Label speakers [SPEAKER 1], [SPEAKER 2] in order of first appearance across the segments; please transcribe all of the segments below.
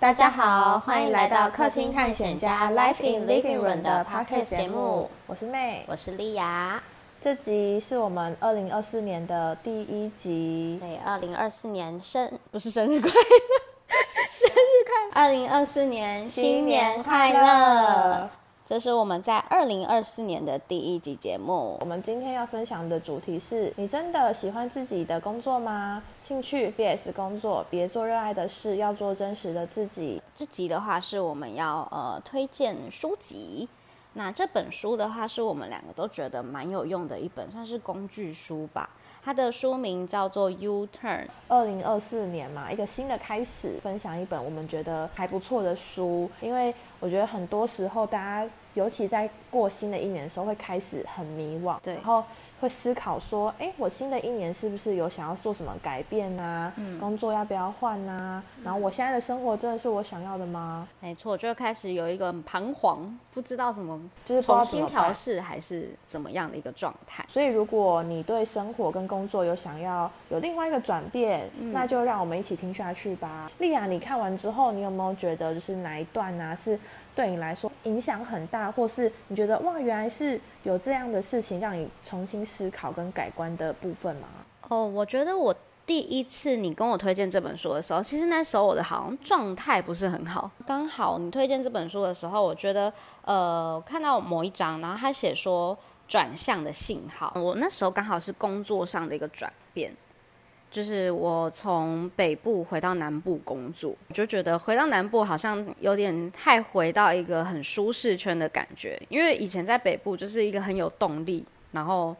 [SPEAKER 1] 大家好，欢迎来到客厅探险家 Life in Living Room 的 Podcast 节目，
[SPEAKER 2] 我是妹。
[SPEAKER 1] 我是莉雅。
[SPEAKER 2] 这集是我们二零二四年的第一集，
[SPEAKER 1] 对，二零二四年生不是生日 快乐，生日快乐，二零二四年新年快乐。！这是我们在二零二四年的第一集节目
[SPEAKER 2] 我。们今天要分享的主题是：你真的喜欢自己的工作吗？兴趣 vs 工作，别做热爱的事，要做真实的自己。
[SPEAKER 1] 这集的话是我们要呃推荐书籍。那这本书的话，是我们两个都觉得蛮有用的一本，算是工具书吧。它的书名叫做《U Turn》，
[SPEAKER 2] 二零二四年嘛，一个新的开始，分享一本我们觉得还不错的书，因为我觉得很多时候大家，尤其在过新的一年的时候，会开始很迷惘，
[SPEAKER 1] 对
[SPEAKER 2] 然后会思考说，哎，我新的一年是不是有想要做什么改变啊？
[SPEAKER 1] 嗯
[SPEAKER 2] 工作要不要换啊？然后我现在的生活真的是我想要的吗？
[SPEAKER 1] 没错，就开始有一个很彷徨，不知道怎么
[SPEAKER 2] 就是不知道
[SPEAKER 1] 重
[SPEAKER 2] 怎
[SPEAKER 1] 新
[SPEAKER 2] 么
[SPEAKER 1] 调
[SPEAKER 2] 办。
[SPEAKER 1] 试还是怎么样的一个状态。
[SPEAKER 2] 所以，如果你对生活跟工作有想要有另外一个转变，那就让我们一起听下去吧。丽亚，你看完之后，你有没有觉得就是哪一段啊，是对你来说影响很大，或是你觉得哇，原来是有这样的事情让你重新思考跟改观的部分吗？
[SPEAKER 1] 哦，我觉得我第一次你跟我推荐这本书的时候，其实那时候我的好像状态不是很好。刚好你推荐这本书的时候，我觉得呃看到某一章，然后他写说转向的信号，我那时候刚好是工作上的一个转变。就是我从北部回到南部工作，我就觉得回到南部好像有点太回到一个很舒适圈的感觉，因为以前在北部就是一个很有动力，然后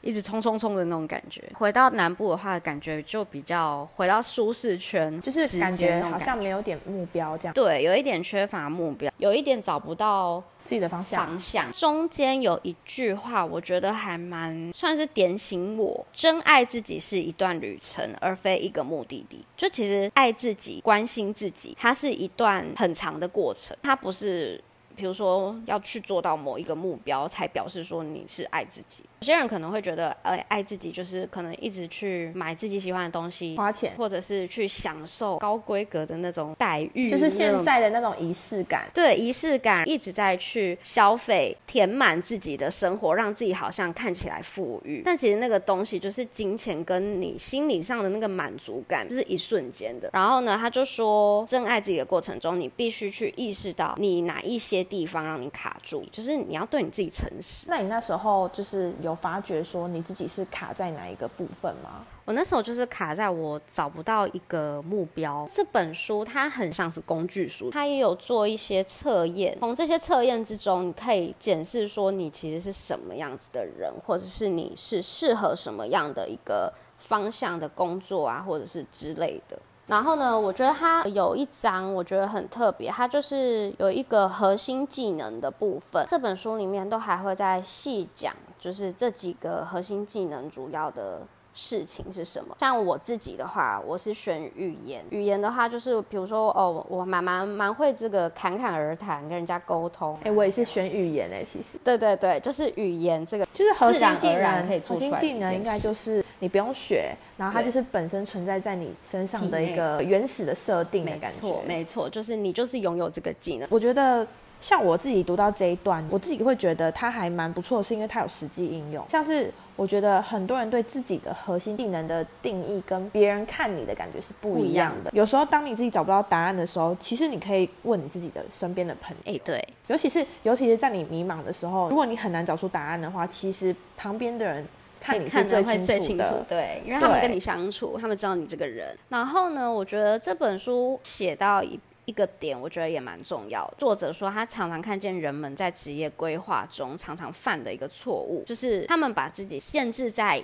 [SPEAKER 1] 一直冲冲冲的那种感觉。回到南部的话，感觉就比较回到舒适圈，
[SPEAKER 2] 就是感
[SPEAKER 1] 直接
[SPEAKER 2] 觉
[SPEAKER 1] 那种
[SPEAKER 2] 好
[SPEAKER 1] 感
[SPEAKER 2] 像没有点目标这样，
[SPEAKER 1] 对，有一点缺乏目标，有一点找不到
[SPEAKER 2] 自己的方向。
[SPEAKER 1] 方向。中间有一句话，我觉得还蛮算是点醒我：真爱自己是一段旅程，而非一个目的地。就其实爱自己、关心自己，它是一段很长的过程，它不是。比如说，要去做到某一个目标，才表示说你是爱自己。有些人可能会觉得，呃，爱自己就是可能一直去买自己喜欢的东西，
[SPEAKER 2] 花钱
[SPEAKER 1] 或者是去享受高规格的那种待遇，
[SPEAKER 2] 就是
[SPEAKER 1] 那
[SPEAKER 2] 现
[SPEAKER 1] 种
[SPEAKER 2] 在的那种仪式感，
[SPEAKER 1] 对仪式感一直在去消费，填满自己的生活，让自己好像看起来富裕，但其实那个东西就是金钱跟你心理上的那个满足感，这是一瞬间的。然后呢，他就说，真爱自己的过程中，你必须去意识到你哪一些地方让你卡住，就是你要对你自己诚实。
[SPEAKER 2] 那你那时候就是有发觉说你自己是卡在哪一个部分吗？
[SPEAKER 1] 我那时候就是卡在我找不到一个目标。这本书它很像是工具书，它也有做一些测验，从这些测验之中，你可以检视说你其实是什么样子的人，或者是你是适合什么样的一个方向的工作啊，或者是之类的。然后呢，我觉得它有一章我觉得很特别，它就是有一个核心技能的部分。这本书里面都还会再细讲，就是这几个核心技能主要的事情是什么。像我自己的话，我是选语言，语言的话就是比如说哦，我蛮蛮蛮会这个侃侃而谈，跟人家沟通
[SPEAKER 2] 哎、。我也是选语言哎、其实。
[SPEAKER 1] 对对对，就是语言这个
[SPEAKER 2] 就是核
[SPEAKER 1] 自
[SPEAKER 2] 心
[SPEAKER 1] 然
[SPEAKER 2] 技
[SPEAKER 1] 而然
[SPEAKER 2] 能，
[SPEAKER 1] 可以做
[SPEAKER 2] 核
[SPEAKER 1] 出来
[SPEAKER 2] 心
[SPEAKER 1] 的
[SPEAKER 2] 技能应该就是你不用学，然后它
[SPEAKER 1] 对
[SPEAKER 2] 就是本身存在在你身上的
[SPEAKER 1] 体内
[SPEAKER 2] 一个原始的设定的
[SPEAKER 1] 没
[SPEAKER 2] 感
[SPEAKER 1] 错
[SPEAKER 2] 觉。
[SPEAKER 1] 没错，就是你就是拥有这个技能。
[SPEAKER 2] 我觉得。像我自己读到这一段，我自己会觉得它还蛮不错，是因为它有实际应用。像是我觉得很多人对自己的核心技能的定义跟别人看你的感觉是不
[SPEAKER 1] 不一
[SPEAKER 2] 一样
[SPEAKER 1] 样
[SPEAKER 2] 的。有时候当你自己找不到答案的时候，其实你可以问你自己的身边的朋友。
[SPEAKER 1] 哎，对，
[SPEAKER 2] 尤其是尤其是在你迷茫的时候，如果你很难找出答案的话，其实旁边的人看你是
[SPEAKER 1] 看的
[SPEAKER 2] 最
[SPEAKER 1] 会
[SPEAKER 2] 清
[SPEAKER 1] 最
[SPEAKER 2] 楚
[SPEAKER 1] 清
[SPEAKER 2] 的。
[SPEAKER 1] 对，因为他们
[SPEAKER 2] 对
[SPEAKER 1] 跟你相处，他们知道你这个人。然后呢，我觉得这本书写到一一个点，我觉得也蛮重要的。作者说，他常常看见人们在职业规划中常常犯的一个错误，就是他们把自己限制在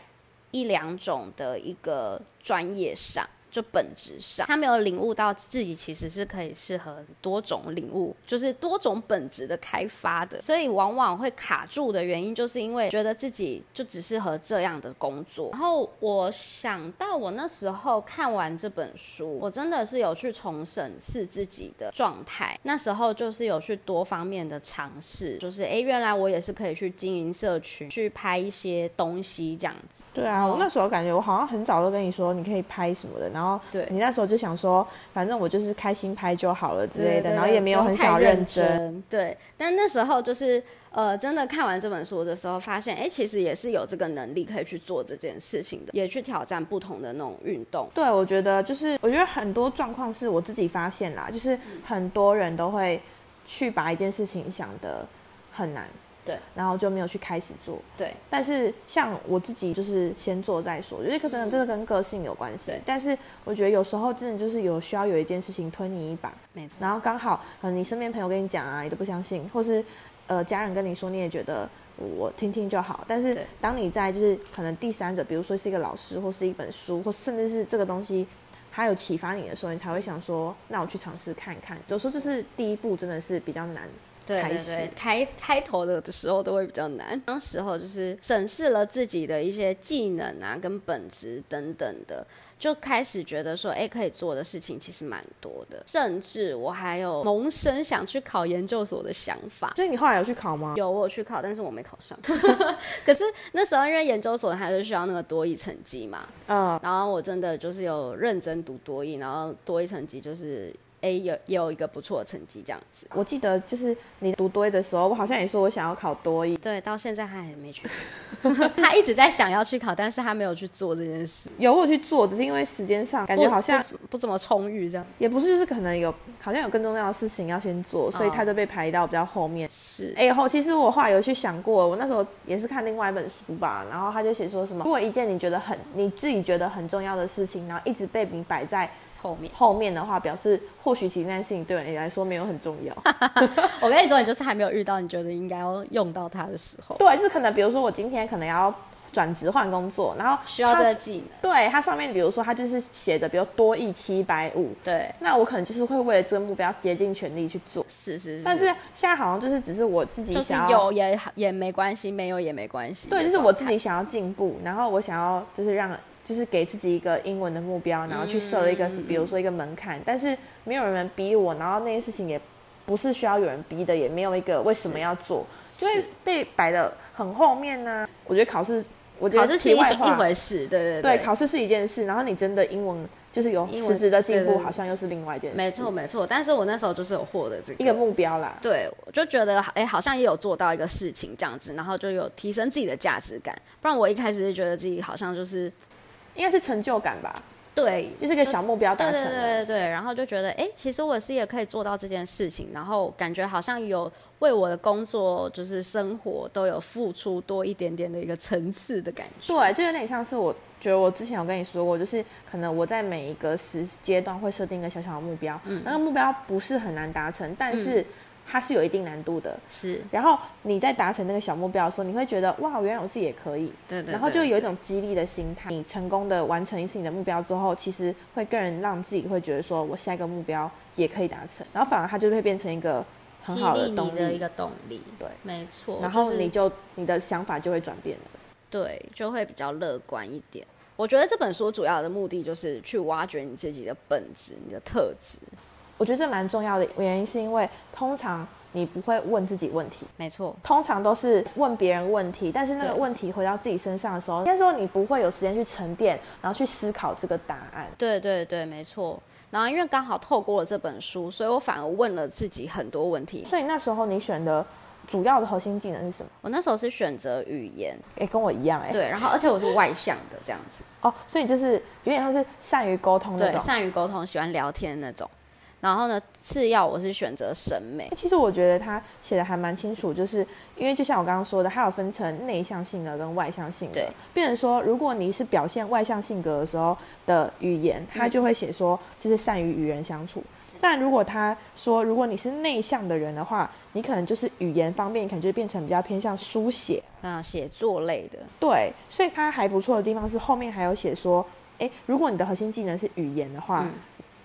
[SPEAKER 1] 一两种的一个专业上。就本质上，他没有领悟到自己其实是可以适合多种领悟，就是多种本质的开发的，所以往往会卡住的原因，就是因为觉得自己就只适合这样的工作。然后我想到我那时候看完这本书，我真的是有去重审视自己的状态，那时候就是有去多方面的尝试，就是诶，原来我也是可以去经营社群，去拍一些东西这样子。哦
[SPEAKER 2] 对啊，我那时候感觉我好像很早就跟你说你可以拍什么的，然然后
[SPEAKER 1] 对
[SPEAKER 2] 你那时候就想说，反正我就是开心拍就好了之
[SPEAKER 1] 对
[SPEAKER 2] 类的，
[SPEAKER 1] 对
[SPEAKER 2] 然后也没有
[SPEAKER 1] 不用
[SPEAKER 2] 很
[SPEAKER 1] 太
[SPEAKER 2] 想要
[SPEAKER 1] 认
[SPEAKER 2] 真。
[SPEAKER 1] 对，但那时候就是呃，真的看完这本书的时候，发现哎、诶其实也是有这个能力可以去做这件事情的，也去挑战不同的那种运动。
[SPEAKER 2] 对，我觉得就是，我觉得很多状况是我自己发现啦，就是很多人都会去把一件事情想的很难，
[SPEAKER 1] 对，
[SPEAKER 2] 然后就没有去开始做。
[SPEAKER 1] 对，
[SPEAKER 2] 但是像我自己就是先做再说，就是可能这个跟个性有关系
[SPEAKER 1] 嗯对。
[SPEAKER 2] 但是我觉得有时候真的就是有需要有一件事情推你一把，
[SPEAKER 1] 没错，
[SPEAKER 2] 然后刚好呃你身边朋友跟你讲啊，你都不相信，或是呃家人跟你说，你也觉得我我听听就好。但是
[SPEAKER 1] 对
[SPEAKER 2] 当你在就是可能第三者，比如说是一个老师，或是一本书，或甚至是这个东西。还有启发你的时候，你才会想说，那我去尝试看看。有时候就是第一步真的是比较难，
[SPEAKER 1] 对
[SPEAKER 2] 开
[SPEAKER 1] 对
[SPEAKER 2] 始
[SPEAKER 1] 对，开开头的时候都会比较难。当时候就是审视了自己的一些技能啊、跟本质等等的，就开始觉得说，哎、可以做的事情其实蛮多的，甚至我还有萌生想去考研究所的想法。
[SPEAKER 2] 所以你后来有去考吗？
[SPEAKER 1] 有，我有去考，但是我没考上。 可是那时候因为研究所它就需要那个多益成绩嘛，
[SPEAKER 2] 嗯，
[SPEAKER 1] 然后我真的就是有认真读多益，然后多益成绩就是。哎，有也有一个不错的成绩这样子，
[SPEAKER 2] 我记得就是你读多一的时候，我好像也说我想要考多一，
[SPEAKER 1] 对，到现在他还没去， 他一直在想要去考，但是他没有去做这件事，
[SPEAKER 2] 有我有去做，只是因为时间上感觉
[SPEAKER 1] 不
[SPEAKER 2] 好像
[SPEAKER 1] 不不怎么充裕这样。
[SPEAKER 2] 也不是，就是可能有好像有更重要的事情要先做，所
[SPEAKER 1] 嗯
[SPEAKER 2] 以他就被排到比较后面。
[SPEAKER 1] 是，
[SPEAKER 2] 哎、后其实我后来有去想过，我那时候也是看另外一本书吧，然后他就写说什么，如果一件你觉得很你自己觉得很重要的事情，然后一直被你摆在
[SPEAKER 1] 后面
[SPEAKER 2] 后面的话，表示或许其实那件事情对你来说没有很重要。
[SPEAKER 1] 我跟你说，你就是还没有遇到你觉得应该要用到它的时候，
[SPEAKER 2] 对，就是可能比如说我今天可能要转职换工作，然后
[SPEAKER 1] 需要
[SPEAKER 2] 他
[SPEAKER 1] 这个技能。
[SPEAKER 2] 对它上面，比如说它就是写的，比如多亿七百五，
[SPEAKER 1] 对，
[SPEAKER 2] 那我可能就是会为了这个目标竭尽全力去做。
[SPEAKER 1] 是是是，
[SPEAKER 2] 但是现在好像就是只是我自己
[SPEAKER 1] 就是
[SPEAKER 2] 想要，
[SPEAKER 1] 有也也没关系，没有也没关系的状
[SPEAKER 2] 对，
[SPEAKER 1] 态。
[SPEAKER 2] 就是我自己想要进步，然后我想要就是让就是给自己一个英文的目标，然后去设了
[SPEAKER 1] 嗯
[SPEAKER 2] 一个是、比如说一个门槛，但是没有人逼我，然后那些事情也不是需要有人逼的，也没有一个为什么
[SPEAKER 1] 是
[SPEAKER 2] 要做，就会
[SPEAKER 1] 是
[SPEAKER 2] 被摆的很后面呢、我觉得考试，我觉
[SPEAKER 1] 考
[SPEAKER 2] 得
[SPEAKER 1] 试是
[SPEAKER 2] 题
[SPEAKER 1] 一
[SPEAKER 2] 外
[SPEAKER 1] 种一
[SPEAKER 2] 话
[SPEAKER 1] 回事，对对
[SPEAKER 2] 对，考试是一件事，然后你真的英文就是有
[SPEAKER 1] 英文
[SPEAKER 2] 实质的进
[SPEAKER 1] 对
[SPEAKER 2] 步，
[SPEAKER 1] 对
[SPEAKER 2] 好像又是另外一件事。
[SPEAKER 1] 没错，没错。但是我那时候就是有获得这个
[SPEAKER 2] 一个目标啦。
[SPEAKER 1] 对，我就觉得哎、好像也有做到一个事情这样子，然后就有提升自己的价值感。不然我一开始就觉得自己好像就是
[SPEAKER 2] 应该是成就感吧，
[SPEAKER 1] 对。
[SPEAKER 2] 就是个小目标达
[SPEAKER 1] 对
[SPEAKER 2] 成啊
[SPEAKER 1] 对对
[SPEAKER 2] 了。
[SPEAKER 1] 对对，然后就觉得哎、其实我是也可以做到这件事情，然后感觉好像有为我的工作就是生活都有付出多一点点的一个层次的感觉。
[SPEAKER 2] 对，就有点像是我觉得我之前有跟你说过，就是可能我在每一个时阶段会设定一个小小的目标，
[SPEAKER 1] 嗯
[SPEAKER 2] 那个目标不是很难达成，但是它是有一定难度的。
[SPEAKER 1] 是，
[SPEAKER 2] 然后你在达成那个小目标的时候，你会觉得哇，原来我自己也可以，
[SPEAKER 1] 对对对
[SPEAKER 2] 然后就有
[SPEAKER 1] 对
[SPEAKER 2] 一种激励的心态。你成功的完成一次你的目标之后，其实会更让自己会觉得说我下一个目标也可以达成，然后反而它就会变成一个很
[SPEAKER 1] 激
[SPEAKER 2] 好
[SPEAKER 1] 励你
[SPEAKER 2] 动
[SPEAKER 1] 的一
[SPEAKER 2] 力。
[SPEAKER 1] 个动力。
[SPEAKER 2] 对
[SPEAKER 1] 没错。
[SPEAKER 2] 然后
[SPEAKER 1] 就是
[SPEAKER 2] 你就你的想法就会转变了。
[SPEAKER 1] 对，就会比较乐观一点。我觉得这本书主要的目的就是去挖掘你自己的本质、你的特质。
[SPEAKER 2] 我觉得这蛮重要的原因是因为通常你不会问自己问题，
[SPEAKER 1] 没错，
[SPEAKER 2] 通常都是问别人问题，但是那个
[SPEAKER 1] 对
[SPEAKER 2] 问题回到自己身上的时候，应该说你不会有时间去沉淀，然后去思考这个答案。
[SPEAKER 1] 对对对，没错。然后因为刚好透过了这本书，所以我反而问了自己很多问题。
[SPEAKER 2] 所以那时候你选的主要的核心技能是什么？
[SPEAKER 1] 我那时候是选择语言，
[SPEAKER 2] 哎、跟我一样哎、
[SPEAKER 1] 对，然后而且我是外向的这样子，
[SPEAKER 2] 哦，所以就是有点像是善于沟 通那
[SPEAKER 1] 对，
[SPEAKER 2] 种。
[SPEAKER 1] 善于沟通，喜欢聊天那种。然后呢，次要我是选择审美，
[SPEAKER 2] 其实我觉得他写的还蛮清楚，就是因为就像我刚刚说的，它有分成内向性格跟外向性格
[SPEAKER 1] 对。
[SPEAKER 2] 变成说，如果你是表现外向性格的时候的语言，他就会写说就是善于与人相处。但如果他说如果你是内向的人的话，你可能就是语言方面，你可能就变成比较偏向书写。
[SPEAKER 1] 嗯，写作类的，
[SPEAKER 2] 对，所以他还不错的地方是后面还有写说，诶，如果你的核心技能是语言的话，
[SPEAKER 1] 嗯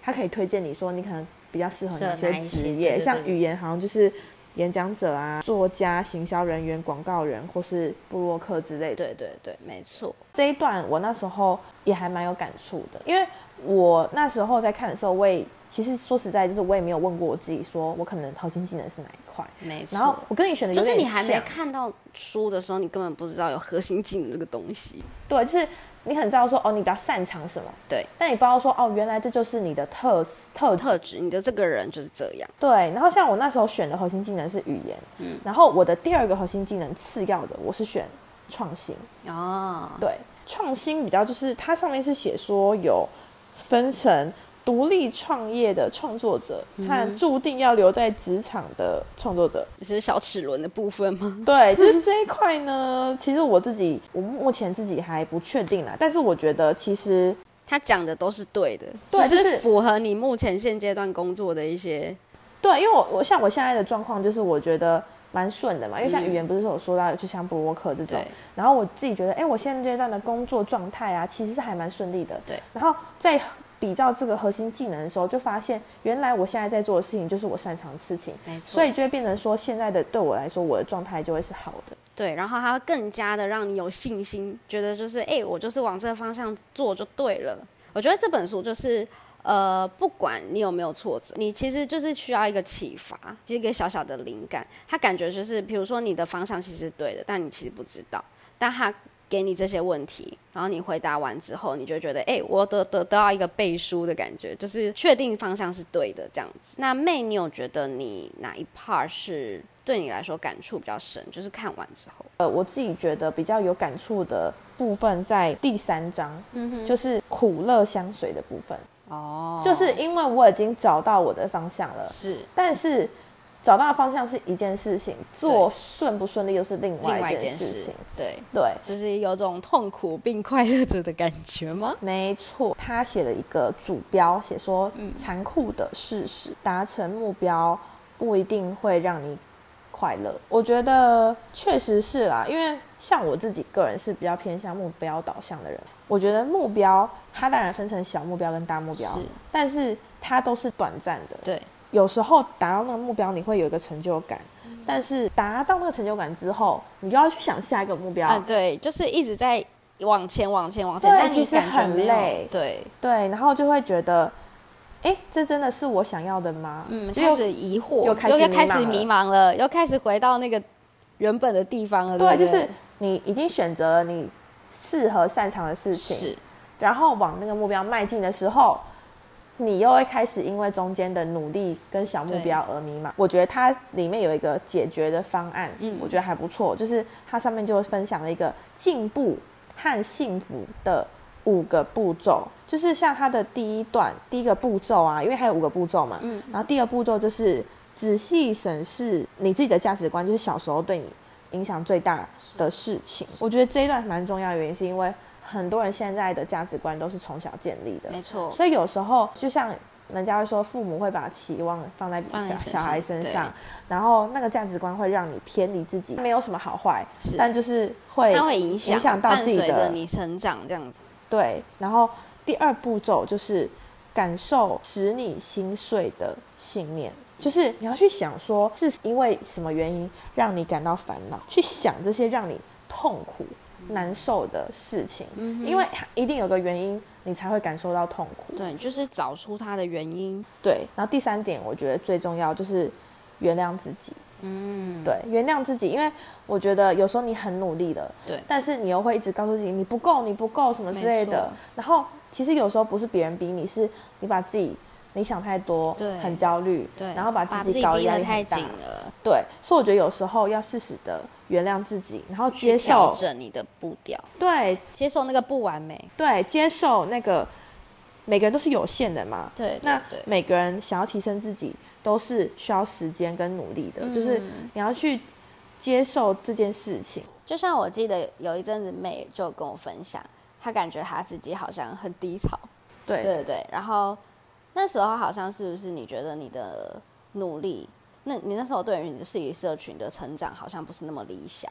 [SPEAKER 2] 他可以推荐你说你可能比较适合
[SPEAKER 1] 适合
[SPEAKER 2] 哪些
[SPEAKER 1] 哪一些
[SPEAKER 2] 职
[SPEAKER 1] 对
[SPEAKER 2] 业，
[SPEAKER 1] 对
[SPEAKER 2] 像
[SPEAKER 1] 对
[SPEAKER 2] 语言好像就是演讲者啊、作家、行销人员、广告人或是布洛克之类的。
[SPEAKER 1] 对对对，没错，
[SPEAKER 2] 这一段我那时候也还蛮有感触的，因为我那时候在看的时候，我也其实说实在，就是我也没有问过我自己，说我可能核心技能是哪一块。
[SPEAKER 1] 没错。
[SPEAKER 2] 然后我跟你选的有
[SPEAKER 1] 就
[SPEAKER 2] 点
[SPEAKER 1] 是你还没
[SPEAKER 2] 像
[SPEAKER 1] 看到书的时候，你根本不知道有核心技能这个东西。
[SPEAKER 2] 对，就是你很知道说哦，你比较擅长什么，
[SPEAKER 1] 对，
[SPEAKER 2] 但你不知道说哦，原来这就是你的特特质。
[SPEAKER 1] 特质，你的这个人就是这样。
[SPEAKER 2] 对，然后像我那时候选的核心技能是语言，嗯，然后我的第二个核心技能次要的，我是选创新。
[SPEAKER 1] 哦，
[SPEAKER 2] 对，创新比较就是它上面是写说有分成独立创业的创作者和注定要留在职场的创作者。
[SPEAKER 1] 就是小齿轮的部分吗？
[SPEAKER 2] 对，就是这一块呢，其实我自己我目前自己还不确定啦，但是我觉得其实
[SPEAKER 1] 他讲的都是对的，
[SPEAKER 2] 对
[SPEAKER 1] 只
[SPEAKER 2] 就是
[SPEAKER 1] 是符合你目前现阶段工作的一些。
[SPEAKER 2] 对，因为我我像我现在的状况就是我觉得。蛮顺的嘛，因为像语言不是有说到，就像布洛克这
[SPEAKER 1] 嗯
[SPEAKER 2] 种
[SPEAKER 1] 对，
[SPEAKER 2] 然后我自己觉得，哎、我现阶段的工作状态啊，其实是还蛮顺利的。
[SPEAKER 1] 对，
[SPEAKER 2] 然后在比较这个核心技能的时候，就发现原来我现在在做的事情就是我擅长的事情，
[SPEAKER 1] 没错
[SPEAKER 2] 所以就会变成说，现在的对我来说，我的状态就会是好的。
[SPEAKER 1] 对，然后他会更加的让你有信心，觉得就是哎、诶我就是往这个方向做就对了。我觉得这本书就是。呃，不管你有没有挫折，你其实就是需要一个启发，一个小小的灵感。他感觉就是，比如说你的方向其实是对的，但你其实不知道。但他给你这些问题，然后你回答完之后，你就会觉得，哎、我得得得到一个背书的感觉，就是确定方向是对的这样子。那妹，你有觉得你哪一 part 是对你来说感触比较深？就是看完之后，
[SPEAKER 2] 呃，我自己觉得比较有感触的部分在第三章，
[SPEAKER 1] 嗯哼，
[SPEAKER 2] 就是苦乐相随的部分，
[SPEAKER 1] 哦，
[SPEAKER 2] 就是因为我已经找到我的方向了，
[SPEAKER 1] 是
[SPEAKER 2] 但是找到方向是一件事情，做顺不顺利又是另
[SPEAKER 1] 另
[SPEAKER 2] 外
[SPEAKER 1] 外
[SPEAKER 2] 一
[SPEAKER 1] 一
[SPEAKER 2] 件
[SPEAKER 1] 件
[SPEAKER 2] 事
[SPEAKER 1] 事
[SPEAKER 2] 情。，
[SPEAKER 1] 对，
[SPEAKER 2] 对，
[SPEAKER 1] 就是有种痛苦并快乐着的感觉吗？
[SPEAKER 2] 没错，他写了一个主标，写说
[SPEAKER 1] 嗯
[SPEAKER 2] 残酷的事实，达成目标不一定会让你快乐。我觉得确实是啦、因为像我自己个人是比较偏向目标导向的人，我觉得目标它当然分成小目标跟大目标
[SPEAKER 1] 是，
[SPEAKER 2] 但是它都是短暂的。
[SPEAKER 1] 对，
[SPEAKER 2] 有时候达到那个目标，你会有一个成就感。
[SPEAKER 1] 嗯
[SPEAKER 2] 但是达到那个成就感之后，你又要去想下一个目标，
[SPEAKER 1] 啊，对，就是一直在往前往前往前，
[SPEAKER 2] 对
[SPEAKER 1] 但
[SPEAKER 2] 其
[SPEAKER 1] 你
[SPEAKER 2] 实
[SPEAKER 1] 感觉
[SPEAKER 2] 很
[SPEAKER 1] 没有
[SPEAKER 2] 累
[SPEAKER 1] 对，
[SPEAKER 2] 对，然后就会觉得，哎，这真的是我想要的吗？
[SPEAKER 1] 嗯，
[SPEAKER 2] 就
[SPEAKER 1] 开
[SPEAKER 2] 又
[SPEAKER 1] 始疑惑，
[SPEAKER 2] 又
[SPEAKER 1] 又开
[SPEAKER 2] 开始迷茫
[SPEAKER 1] 始
[SPEAKER 2] 了
[SPEAKER 1] 迷茫了，又开始回到那个原本的地方了，
[SPEAKER 2] 对，
[SPEAKER 1] 对不对，
[SPEAKER 2] 就是你已经选择了你适合擅长的事情
[SPEAKER 1] 是，
[SPEAKER 2] 然后往那个目标迈进的时候，你又会开始因为中间的努力跟小目标而迷茫。我觉得它里面有一个解决的方案，嗯，我觉得还不错，就是它上面就分享了一个进步和幸福的五个步骤。就是像它的第一段第一个步骤啊，因为还有五个步骤嘛，嗯，然后第二步骤就是仔细审视你自己的价值观，就是小时候对你影响最大的事情。我觉得这一段蛮重要的原因，是因为很多人现在的价值观都是从小建立的，
[SPEAKER 1] 没错，
[SPEAKER 2] 所以有时候就像人家会说，父母会把期望放在
[SPEAKER 1] 放在
[SPEAKER 2] 小
[SPEAKER 1] 身
[SPEAKER 2] 小
[SPEAKER 1] 上
[SPEAKER 2] 孩身
[SPEAKER 1] 对
[SPEAKER 2] 上，然后那个价值观会让你偏离自己，没有什么好坏，
[SPEAKER 1] 是
[SPEAKER 2] 但就是会
[SPEAKER 1] 它会影响
[SPEAKER 2] 影响到自己
[SPEAKER 1] 伴随着
[SPEAKER 2] 的
[SPEAKER 1] 你成长这样子。
[SPEAKER 2] 对。然后第二步骤就是感受使你心碎的信念。就是你要去想说，是因为什么原因让你感到烦恼，去想这些让你痛苦、难受的事情，因为一定有个原因，你才会感受到痛苦。
[SPEAKER 1] 对，就是找出它的原因。
[SPEAKER 2] 对，然后第三点，我觉得最重要就是原谅自己。嗯，对，原谅自己，因为我觉得有时候你很努力了，
[SPEAKER 1] 对
[SPEAKER 2] 但是你又会一直告诉自己你不够，你不够什么之类
[SPEAKER 1] 没
[SPEAKER 2] 的
[SPEAKER 1] 错。
[SPEAKER 2] 然后其实有时候不是别人逼你，是你把自己你想太多，
[SPEAKER 1] 对
[SPEAKER 2] 很焦虑，
[SPEAKER 1] 对，
[SPEAKER 2] 然后把
[SPEAKER 1] 把
[SPEAKER 2] 自己搞得
[SPEAKER 1] 逼
[SPEAKER 2] 压
[SPEAKER 1] 得
[SPEAKER 2] 力
[SPEAKER 1] 太
[SPEAKER 2] 很大
[SPEAKER 1] 紧，了，
[SPEAKER 2] 对。所以我觉得有时候要适时的原谅自己，然后接
[SPEAKER 1] 去调
[SPEAKER 2] 受，
[SPEAKER 1] 整你的步调，
[SPEAKER 2] 对
[SPEAKER 1] 接受那个不完美。
[SPEAKER 2] 对，接受那个每个人都是有限的嘛，
[SPEAKER 1] 对，对
[SPEAKER 2] 那
[SPEAKER 1] 对，
[SPEAKER 2] 每个人想要提升自己，都是需要时间跟努力
[SPEAKER 1] 嗯
[SPEAKER 2] 的，就是你要去接受这件事情。
[SPEAKER 1] 就像我记得有一阵子妹就跟我分享，她感觉她自己好像很低潮。
[SPEAKER 2] 对，
[SPEAKER 1] 对对对，然后那时候好像是不是你觉得你的努力，那你那时候对于你自己社群的成长好像不是那么理想。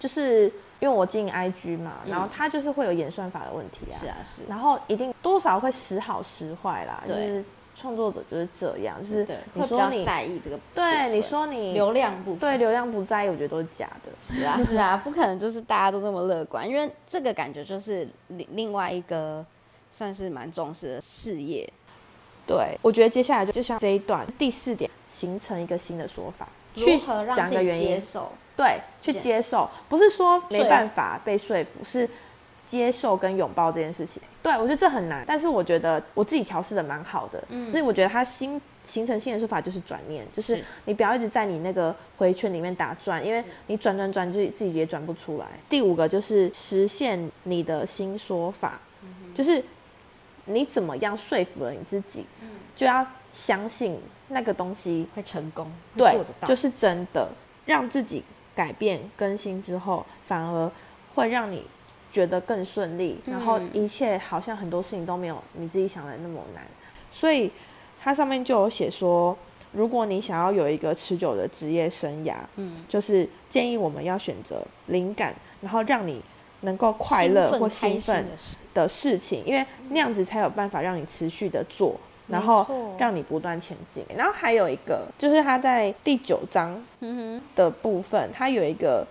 [SPEAKER 2] 就是因为我经营 IG 嘛，然后它就是会有演算法的问题啊，
[SPEAKER 1] 嗯是啊，是，
[SPEAKER 2] 然后一定多少会时好时坏啦，就
[SPEAKER 1] 对
[SPEAKER 2] 是创作者就是这样，就是
[SPEAKER 1] 对，
[SPEAKER 2] 你
[SPEAKER 1] 会比
[SPEAKER 2] 说
[SPEAKER 1] 较
[SPEAKER 2] 你
[SPEAKER 1] 在意这个部分。
[SPEAKER 2] 对你说你
[SPEAKER 1] 流量部分，
[SPEAKER 2] 对流量不在意，我觉得都是假的。
[SPEAKER 1] 是啊，是啊，不可能就是大家都那么乐观，因为这个感觉就是另另外一个算是蛮重视的事业，
[SPEAKER 2] 对，我觉得接下来就就像这一段第四点，形成一个新的说法，去
[SPEAKER 1] 如何让
[SPEAKER 2] 讲
[SPEAKER 1] 自
[SPEAKER 2] 一个
[SPEAKER 1] 己
[SPEAKER 2] 原因
[SPEAKER 1] 接，受。
[SPEAKER 2] 对，去
[SPEAKER 1] Yes
[SPEAKER 2] 接受，不是说没
[SPEAKER 1] 说服
[SPEAKER 2] 办法被说服，是接受跟拥抱这件事情。对我觉得这很难，但是我觉得我自己调试的蛮好的。嗯，所以我觉得它新形成新的说法就是转念，就是
[SPEAKER 1] 是
[SPEAKER 2] 你不要一直在你那个回圈里面打转，因为你转转转，就是自己也转不出来。第五个就是实现你的新说法，就是你怎么样说服了你自己，就要相信那个东西
[SPEAKER 1] 会成功，会
[SPEAKER 2] 对
[SPEAKER 1] 做得，到，
[SPEAKER 2] 就是真的让自己改变更新之后，反而会让你觉得更顺利，然后
[SPEAKER 1] 嗯
[SPEAKER 2] 一切好像很多事情都没有你自己想的那么难。所以它上面就有写说，如果你想要有一个持久的职业生涯，
[SPEAKER 1] 嗯，
[SPEAKER 2] 就是建议我们要选择灵感，然后让你能够快乐或
[SPEAKER 1] 兴
[SPEAKER 2] 兴
[SPEAKER 1] 奋开
[SPEAKER 2] 奋
[SPEAKER 1] 心的事
[SPEAKER 2] 的事情，因为那样子才有办法让你持续的做，
[SPEAKER 1] 没
[SPEAKER 2] 然后
[SPEAKER 1] 错
[SPEAKER 2] 让你不断前进。然后还有一个就是他在第九章
[SPEAKER 1] 嗯
[SPEAKER 2] 的部分，他有一个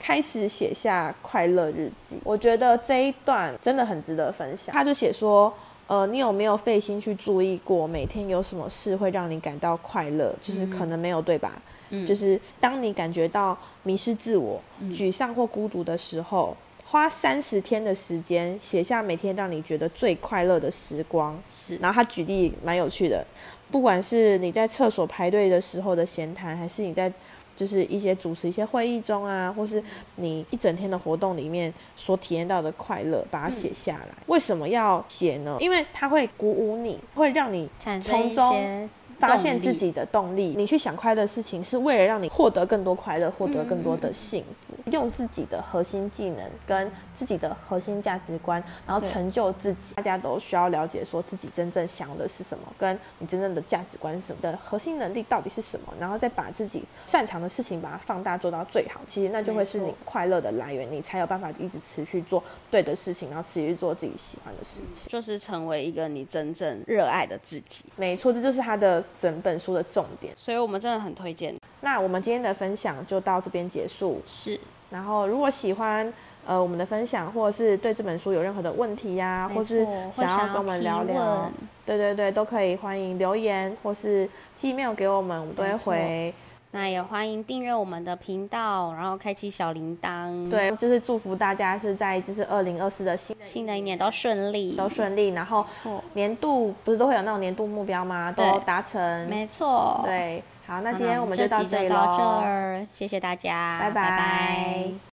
[SPEAKER 2] 开始写下快乐日记。我觉得这一段真的很值得分享。他就写说。呃，你有没有费心去注意过每天有什么事会让你感到快乐？就是可能没有，对吧？
[SPEAKER 1] 嗯
[SPEAKER 2] 就是当你感觉到迷失自我、沮丧或孤独的时候，花三十天的时间写下每天让你觉得最快乐的时光。
[SPEAKER 1] 哼，是
[SPEAKER 2] 然后他举例蛮有趣的，不管是你在厕所排队的时候的闲谈，还是你在就是一些主持一些会议中啊，或是你一整天的活动里面所体验到的快乐，把它写下来。为什么要写呢？因为它会鼓舞你，会让你
[SPEAKER 1] 产生一
[SPEAKER 2] 从中
[SPEAKER 1] 些
[SPEAKER 2] 发现自己的动力。你去想快乐的事情，是为了让你获得更多快乐，获得更多的幸福。用自己的核心技能跟自己的核心价值观，然后
[SPEAKER 1] 对
[SPEAKER 2] 成就自己。大家都需要了解，说自己真正想的是什么，跟你真正的价值观是什么，你的核心能力到底是什么，然后再把自己擅长的事情把它放大做到最好。其实那就会是
[SPEAKER 1] 没
[SPEAKER 2] 你
[SPEAKER 1] 错
[SPEAKER 2] 快乐的来源，你才有办法一直持续做对的事情，然后持续做自己喜欢的事情。
[SPEAKER 1] 就是成为一个你真正热爱的自己。
[SPEAKER 2] 没错，这就是他的整本书的重点。
[SPEAKER 1] 所以我们真的很推荐，
[SPEAKER 2] 那我们今天的分享就到这边结束。
[SPEAKER 1] 是
[SPEAKER 2] 然后，如果喜欢呃我们的分享，或者是对这本书有任何的问题呀、或是
[SPEAKER 1] 没错
[SPEAKER 2] 想
[SPEAKER 1] 会
[SPEAKER 2] 要跟我们聊
[SPEAKER 1] 提
[SPEAKER 2] 聊
[SPEAKER 1] 问，
[SPEAKER 2] 对对对，都可以欢迎留言或是寄 mail 给我们，我们都会
[SPEAKER 1] 没错
[SPEAKER 2] 回。
[SPEAKER 1] 那也欢迎订阅我们的频道，然后开启小铃铛。，
[SPEAKER 2] 对，就是祝福大家是在就是二零二四的新的
[SPEAKER 1] 新的一年都顺利，
[SPEAKER 2] 都顺利，然后
[SPEAKER 1] 错
[SPEAKER 2] 年度不是都会有那种年度目标吗？都
[SPEAKER 1] 对
[SPEAKER 2] 达成。
[SPEAKER 1] 没错。好，
[SPEAKER 2] 对，好，那
[SPEAKER 1] 那
[SPEAKER 2] 今天我们
[SPEAKER 1] 这
[SPEAKER 2] 就到
[SPEAKER 1] 集
[SPEAKER 2] 这
[SPEAKER 1] 就
[SPEAKER 2] 里
[SPEAKER 1] 到这
[SPEAKER 2] 喽。
[SPEAKER 1] 儿，谢谢大家，
[SPEAKER 2] 拜拜
[SPEAKER 1] 拜拜